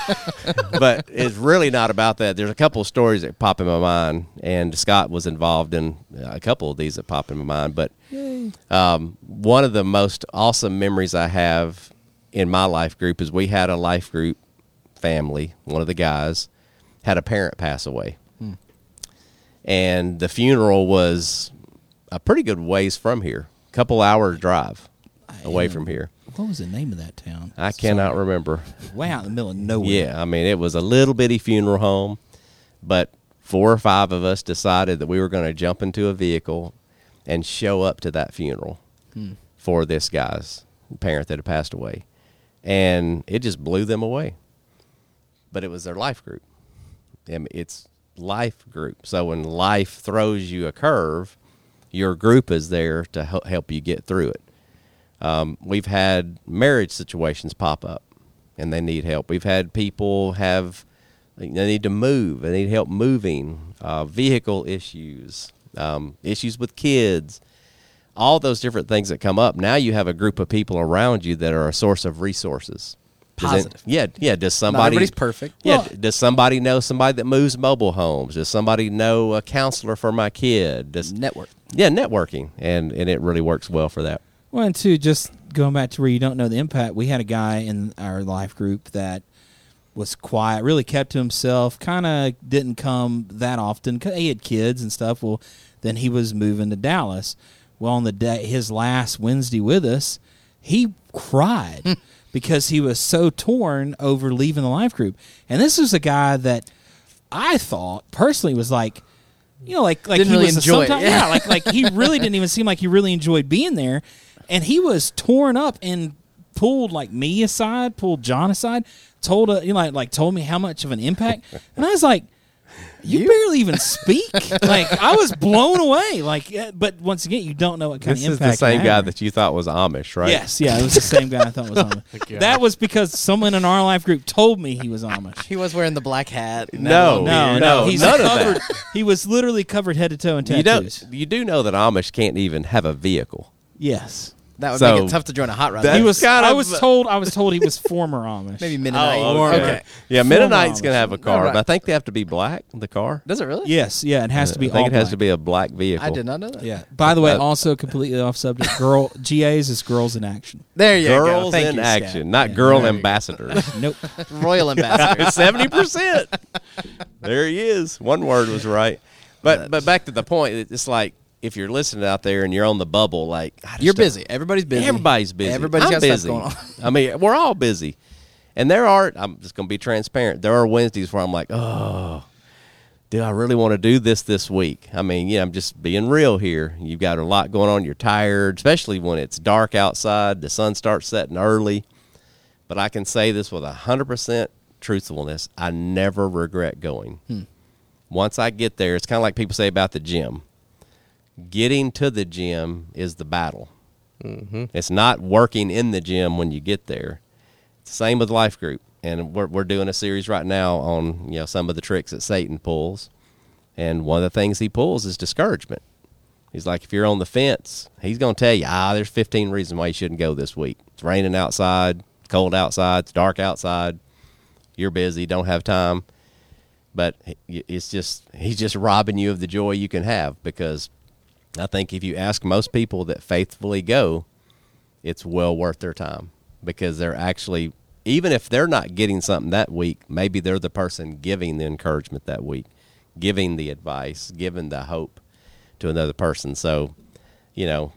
S2: but it's really not about that. There's a couple of stories that pop in my mind, and Scott was involved in a couple of these that pop in my mind. But um, one of the most awesome memories I have in my life group is we had a life group family. One of the guys had a parent pass away, and the funeral was a pretty good ways from here, couple hours drive away from here.
S3: What was the name of that town?
S2: I cannot remember.
S3: Way out in the middle of nowhere.
S2: Yeah, I mean, it was a little bitty funeral home, but four or five of us decided that we were going to jump into a vehicle and show up to that funeral for this guy's parent that had passed away. And it just blew them away. But it was their life group. I mean, it's life group. So when life throws you a curve, your group is there to hel- help you get through it Um, we've had marriage situations pop up and they need help. We've had people have they need to move, they need help moving, uh, vehicle issues, um, issues with kids, all those different things that come up. Now you have a group of people around you that are a source of resources. Does it-
S1: Positive.
S2: yeah, yeah. Does somebody?
S1: everybody's perfect.
S2: Yeah.
S1: Well-
S2: d- does somebody know somebody that moves mobile homes? Does somebody know a counselor for my kid? Does
S1: Network.
S2: yeah, networking, and and it really works well for that.
S3: Well, and two, just going back to where you don't know the impact, we had a guy in our life group that was quiet, really kept to himself, kind of didn't come that often. 'cause He had kids and stuff. Well, then he was moving to Dallas. Well, on the day, his last Wednesday with us, he cried because he was so torn over leaving the life group. And this was a guy that I thought personally was like, you know, like like
S1: Didn't
S3: he
S1: really
S3: was a
S1: enjoy it,
S3: sometime-
S1: yeah.
S3: yeah, like like he really didn't even seem like he really enjoyed being there, and he was torn up and pulled like me aside, pulled John aside, told a, you know, like like told me how much of an impact, and I was like. You, barely even speak. like I was blown away. Like, uh, but once again, you don't know what kind
S2: This
S3: of
S2: is the
S3: impact.
S2: same
S3: matter.
S2: guy that you thought was Amish, right?
S3: Yes, yeah, it was the same guy I thought was Amish.
S4: God.
S3: that was because someone in our life group told me he was Amish.
S1: He was wearing the black hat. and that
S2: No,
S1: little-
S3: No,
S2: Yeah.
S3: no,
S2: No,
S3: he's
S2: Oh, none of
S3: covered. He was literally covered head to toe in
S2: You
S3: tattoos.
S2: don't. You do know that Amish can't even have a vehicle.
S3: yes,
S1: That would
S2: So-
S1: make it tough to join a hot rod.
S2: That-
S3: he
S1: Maybe-
S3: was.
S2: kind
S3: I
S2: of-
S3: was told. I was told he was former Amish.
S1: maybe midnight.
S2: Oh, okay. Yeah,
S3: Former
S2: Mennonites can
S3: Amish.
S2: have a car,
S1: Alright.
S2: but I think they have to be black. The car.
S1: Does it really?
S3: Yes, yeah, it has to be.
S2: I think
S3: all
S2: it has
S3: black.
S2: to be a black vehicle.
S1: I did not know that.
S3: Yeah. By the way,
S2: Uh,
S3: also completely off subject. Girl, GAs is girls in action.
S1: There you go.
S2: Girls
S1: Thank
S2: in
S1: you, Scott.
S2: action, not girl
S4: There you go.
S2: ambassadors.
S3: Nope.
S1: Royal ambassador.
S2: Seventy percent. There he is. One word was right. But but back to the point. it- It's like if you're listening out there and you're on the bubble, like I just
S1: You're
S2: don't-
S1: busy. Everybody's busy.
S2: Everybody's busy.
S1: Everybody's
S2: I'm
S1: got
S2: busy.
S1: stuff going on.
S2: I mean, we're all busy. And there are, I'm just going to be transparent. There are Wednesdays where I'm like, oh, do I really want to do this this week? I mean, yeah, I'm just being real here. You've got a lot going on. You're tired, especially when it's dark outside. The sun starts setting early. But I can say this with 100% truthfulness I never regret going.
S1: Hmm.
S2: Once I get there, it's kind of like people say about the gym getting to the gym is the battle. It's not working in the gym when you get there. Same with life group, and we're we're doing a series right now on you know some of the tricks that Satan pulls, and one of the things he pulls is discouragement. He's like, if you're on the fence, he's gonna tell you, ah, there's 15 reasons why you shouldn't go this week. It's raining outside, cold outside, it's dark outside, you're busy, don't have time. But he- it's just he's just robbing you of the joy you can have because I think if you ask most people that faithfully go, it's well worth their time because they're actually even if they're not getting something that week, maybe they're the person giving the encouragement that week, giving the advice, giving the hope to another person. So, you know,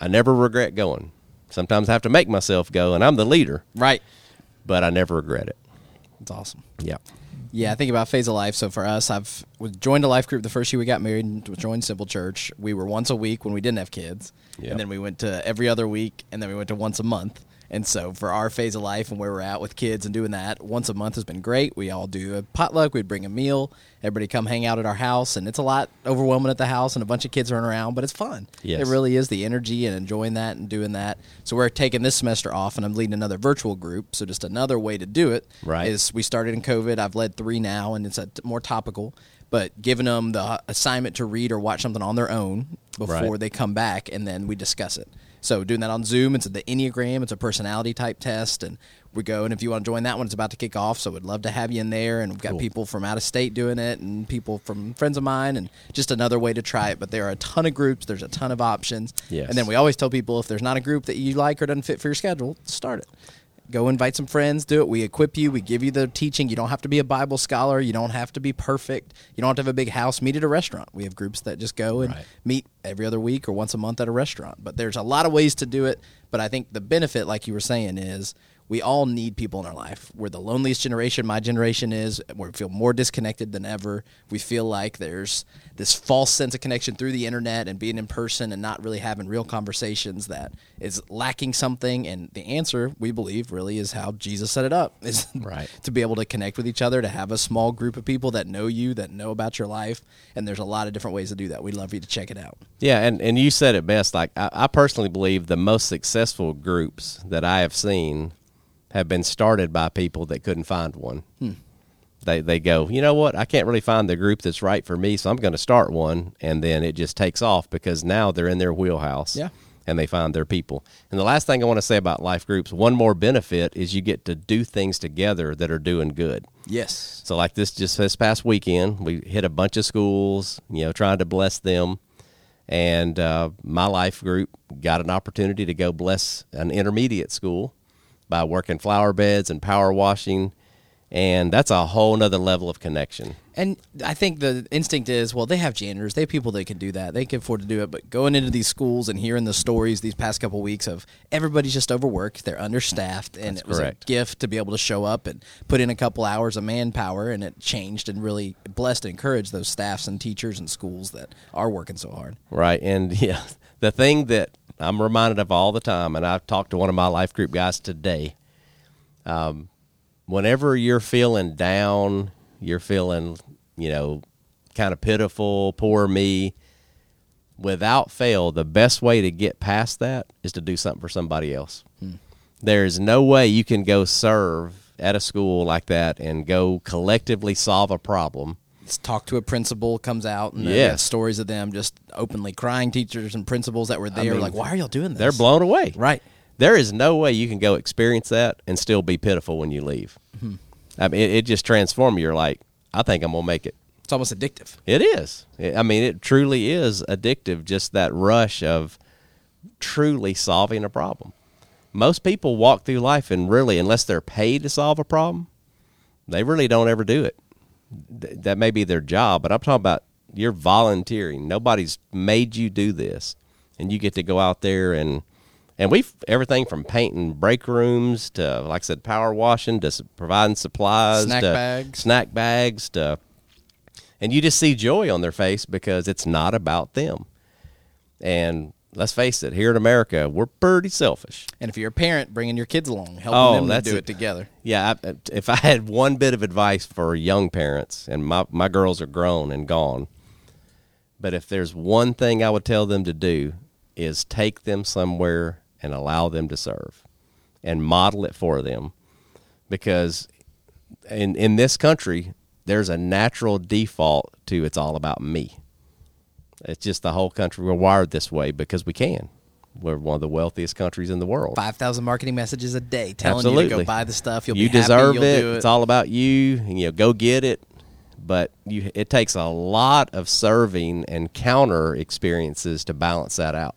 S2: I never regret going. Sometimes I have to make myself go and I'm the leader,
S1: Right.
S2: but I never regret it.
S1: It's awesome.
S2: Yeah.
S1: Yeah, I think about phase of life. So for us, I've was joined a life group the first year we got married and joined Simple Church. We were once a week when we didn't have kids,
S2: Yeah.
S1: and then we went to every other week, and then we went to once a month. And so for our phase of life and where we're at with kids and doing that, once a month has been great. We all do a potluck. We'd bring a meal. Everybody come hang out at our house, and it's a lot overwhelming at the house, and a bunch of kids running around, but it's fun.
S2: Yes.
S1: It really is the energy and enjoying that and doing that. So we're taking this semester off, and I'm leading another virtual group. So just another way to do it
S2: Right.
S1: is we started in COVID. I've led three now, and it's a t- more topical. But giving them the assignment to read or watch something on their own before
S2: Right.
S1: they come back, and then we discuss it. So doing that on Zoom, it's the Enneagram, it's a personality type test, and we go. And if you want to join that one, it's about to kick off, so we'd love to have you in there. And we've got people from out of state doing it, and people from friends of mine, and just another way to try it. But there are a ton of groups, there's a ton of options,
S2: Yes.
S1: and then we always tell people if there's not a group that you like or doesn't fit for your schedule, start it. Go invite some friends, do it. We equip you, we give you the teaching. You don't have to be a Bible scholar, you don't have to be perfect, you don't have to have a big house. Meet at a restaurant. We have groups that just go and
S2: Right.
S1: meet every other week or once a month at a restaurant. But there's a lot of ways to do it. But I think the benefit, like you were saying, is we all need people in our life. We're the loneliest generation, my generation is. We feel more disconnected than ever. We feel like there's this false sense of connection through the internet and being in person and not really having real conversations that is lacking something. And the answer, we believe, really is how Jesus set it up is
S2: Right.
S1: to be able to connect with each other, to have a small group of people that know you, that know about your life. And there's a lot of different ways to do that. We'd love for you to check it out.
S2: Yeah, and, and you said it best. Like I, I personally believe the most successful groups that I have seen have been started by people that couldn't find one. They they go, you know what? I can't really find the group that's right for me, so I'm going to start one, and then it just takes off because now they're in their wheelhouse.
S1: Yeah.
S2: and they find their people. And the last thing I want to say about life groups, one more benefit is you get to do things together that are doing good.
S1: Yes.
S2: So like this just this past weekend, we hit a bunch of schools, you know, trying to bless them. And uh, my life group got an opportunity to go bless an intermediate school by working flower beds and power washing. And that's a whole nother level of connection.
S1: And I think the instinct is, well, they have janitors, they have people that can do that, they can afford to do it. But going into these schools and hearing the stories these past couple weeks of everybody's just overworked, they're understaffed, and it was
S2: correct.
S1: a gift to be able to show up and put in a couple hours of manpower, and it changed and really blessed and encouraged those staffs and teachers and schools that are working so hard.
S2: Right. And yeah, the thing that I'm reminded of all the time, and I've talked to one of my life group guys today. Um, whenever you're feeling down, you're feeling, you know, kind of pitiful, poor me, without fail, the best way to get past that is to do something for somebody else. There is no way you can go serve at a school like that and go collectively solve a problem
S1: Let's talk to a principal comes out, and yeah,
S2: Yes.
S1: stories of them just openly crying, teachers and principals that were there,
S2: mean,
S1: like, why are y'all doing this?
S2: They're blown away.
S1: Right.
S2: There is no way you can go experience that and still be pitiful when you leave. I mean, it, it just transforms. you. You're like, I think I'm gonna make it.
S1: It's almost addictive.
S2: It is. It- I mean, it truly is addictive. Just that rush of truly solving a problem. Most people walk through life and really, unless they're paid to solve a problem, they really don't ever do it. Th- that may be their job, but I'm talking about you're volunteering. Nobody's made you do this, and you get to go out there and and we've everything from painting break rooms to like I said, power washing to s- providing supplies,
S1: Snack
S2: to
S1: bags.
S2: snack bags to, and you just see joy on their face because it's not about them. And let's face it, here in America, we're pretty selfish.
S1: And if you're a parent, bringing your kids along, helping
S2: Oh,
S1: them to
S2: that's
S1: do
S2: it.
S1: it together.
S2: Yeah, I, if I had one bit of advice for young parents, and my, my girls are grown and gone, but if there's one thing I would tell them to do is take them somewhere and allow them to serve and model it for them. Because in, in this country, there's a natural default to it's all about me. It's just the whole country. We're wired this way because we can. We're one of the wealthiest countries in the world.
S1: five thousand marketing messages a day telling you to go
S2: Absolutely.
S1: buy the stuff. You'll
S2: you
S1: be
S2: deserve
S1: happy, you'll
S2: it.
S1: Do it.
S2: It's all about you. and, You know, go get it. but you, it takes a lot of serving and counter experiences to balance that out.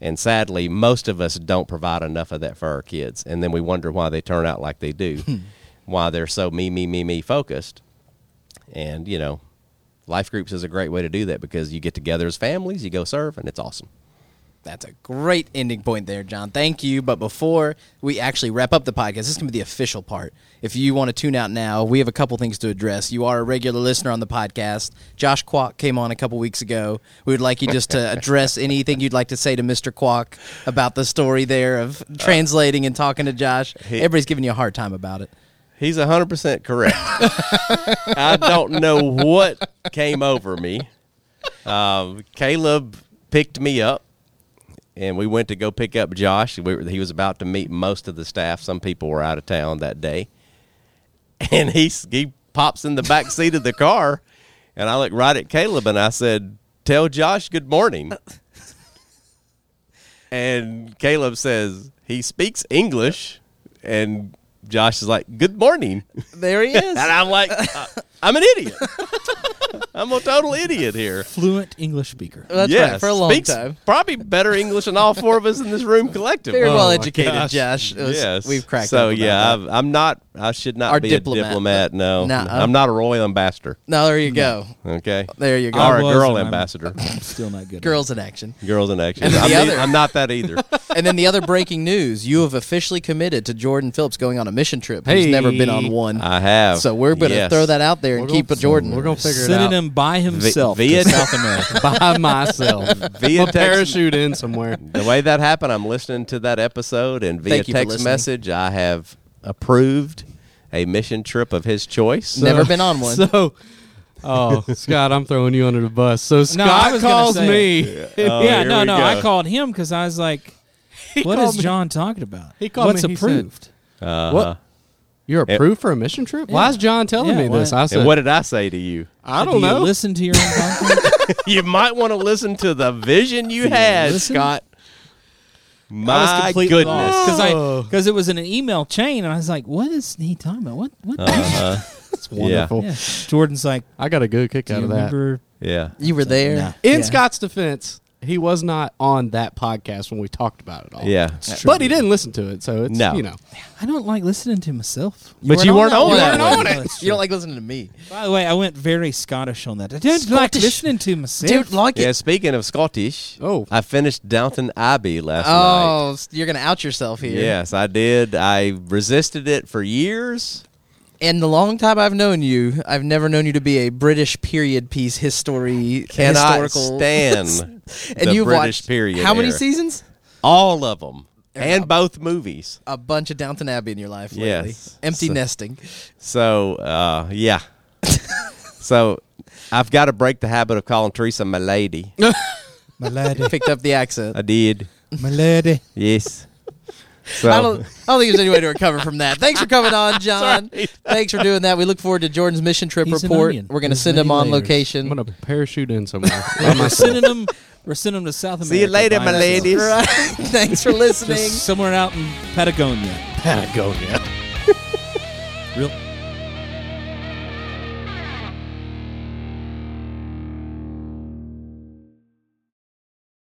S2: And sadly, most of us don't provide enough of that for our kids. And then we wonder why they turn out like they do, why they're so me, me, me, me focused. And, you know, life groups is a great way to do that because you get together as families, you go serve, and it's awesome.
S1: That's a great ending point there, John. Thank you. But before we actually wrap up the podcast, this is going to be the official part. If you want to tune out now, we have a couple things to address. You are a regular listener on the podcast. Josh Quack came on a couple weeks ago. We would like you just to address anything you'd like to say to Mr. Quack about the story there of translating and talking to Josh. Everybody's giving you a hard time about it.
S2: He's 100% correct. I don't know what came over me. Um, Caleb picked me up, and we went to go pick up Josh. We were, he was about to meet most of the staff. Some people were out of town that day. And he, s- he pops in the back seat of the car, and I look right at Caleb and I said, Tell Josh good morning. And Caleb says, He speaks English. And Josh is like, Good morning.
S1: There he is.
S2: And I'm like, uh, I'm an idiot. I'm a total idiot here.
S3: Fluent English speaker.
S1: That's
S2: yes,
S1: right, for a long
S2: speaks
S1: time.
S2: Probably better English than all four of us in this room collectively.
S1: Very
S3: Oh
S1: well
S3: my
S1: educated,
S3: gosh.
S1: Josh. It was-
S2: yes,
S1: We've cracked up
S2: So
S1: about
S2: yeah,
S1: that.
S2: I've, I'm not. I should not
S1: Our
S2: be
S1: diplomat,
S2: a diplomat.
S1: but-
S2: No,
S1: Nuh-uh.
S2: I'm not a royal ambassador.
S1: No, there you go.
S2: Okay,
S1: There you go.
S2: or a
S3: was,
S2: girl
S3: and I'm-
S2: ambassador.
S3: I'm still not good. at it.
S1: Girls in action.
S2: Girls in action.
S1: And the
S2: I'm, ne-
S1: other-
S2: I'm not that either.
S1: and then the other breaking news: you have officially committed to Jordan Phillips going on a mission trip. He's
S4: Hey.
S1: never been on one.
S2: I have.
S1: So we're going to
S2: Yes.
S1: throw that out there and keep a Jordan.
S4: We're gonna figure
S3: Sending
S4: it out
S3: him by himself
S2: via-
S3: to South America.
S4: by myself. Oh,
S2: via
S4: I'll
S2: text.
S4: parachute in somewhere.
S2: The way that happened, I'm listening to that episode, and via
S1: Thank you for
S2: text
S1: listening.
S2: message, I have approved a mission trip of his choice.
S1: Never been on one.
S4: So, oh Scott, I'm throwing you under the bus. So
S3: I
S4: Scott
S3: was gonna
S4: calls
S3: say-
S4: me.
S2: Oh,
S3: yeah,
S2: here
S3: no,
S2: we
S3: no.
S2: go.
S3: I called him because I was like, "What
S4: called
S3: is
S4: me-
S3: John talking about?
S4: He called
S3: What's
S4: me, he said-
S3: approved?"
S2: Uh-huh.
S4: What? You're approved for a mission trip? Why is John telling
S3: Yeah,
S4: me this?
S3: why-
S4: I
S2: And
S4: said,
S2: what did I say to you?
S4: I
S3: Do
S4: don't
S3: you
S4: know.
S3: Listen to your own podcast.
S2: you might want to listen to the vision you had,
S3: listen?
S2: Scott.
S3: I was
S2: My
S3: completely
S2: goodness.
S3: because I
S4: Oh.
S3: because it was in an email chain, and I was like, "What is he talking about? What? What?"
S4: Oh,
S2: Uh-huh.
S4: It's wonderful.
S3: Yeah. Jordan's like,
S4: I got a good kick
S3: "Do
S4: out
S3: you
S4: of that.
S3: remember?"
S2: Yeah.
S1: you were there.
S3: Nah.
S4: In
S1: Yeah.
S4: Scott's defense, he was not on that podcast when we talked about it all.
S2: Yeah.
S4: But he didn't listen to it, so it's
S2: No.
S4: you know.
S3: I don't like listening to myself.
S2: But you weren't on that
S1: You
S2: one.
S1: weren't on it. You don't like listening to me.
S3: By the way, I went very Scottish on that. I don't like
S1: Scottish.
S3: listening to myself.
S1: Dude, like
S2: Yeah,
S1: it.
S2: speaking of Scottish,
S4: Oh.
S2: I finished Downton Abbey last night.
S1: Oh, s- you're gonna out yourself here.
S2: Yes, I did. I resisted it for years.
S1: In the long time I've known you, I've never known you to be a British period piece history
S2: Cannot
S1: historical.
S2: stand
S1: and
S2: the
S1: you've
S2: British
S1: watched
S2: period.
S1: how many
S2: era.
S1: seasons?
S2: All of them, and both movies.
S1: A bunch of Downton Abbey in your life lately.
S2: Yes.
S1: Empty
S2: So-
S1: nesting.
S2: So uh, yeah. so I've got to break the habit of calling Teresa my lady.
S3: my lady,
S1: Picked up the accent.
S2: I did.
S3: my lady.
S2: Yes. So
S1: I don't, I don't think there's any way to recover from that. Thanks for coming on, John. Thanks for doing that. We look forward to Jordan's mission trip
S3: He's an
S1: report.
S3: onion.
S1: We're going to
S3: There's
S1: send him
S3: many
S1: on
S3: layers.
S4: I'm
S1: location.
S4: gonna parachute in somewhere.
S3: we're sending them. We're sending them to South America.
S2: See you later,
S3: by
S2: my
S3: ourselves.
S2: ladies.
S1: Right. Thanks for listening.
S3: Just somewhere out in Patagonia.
S4: Patagonia.
S3: Real.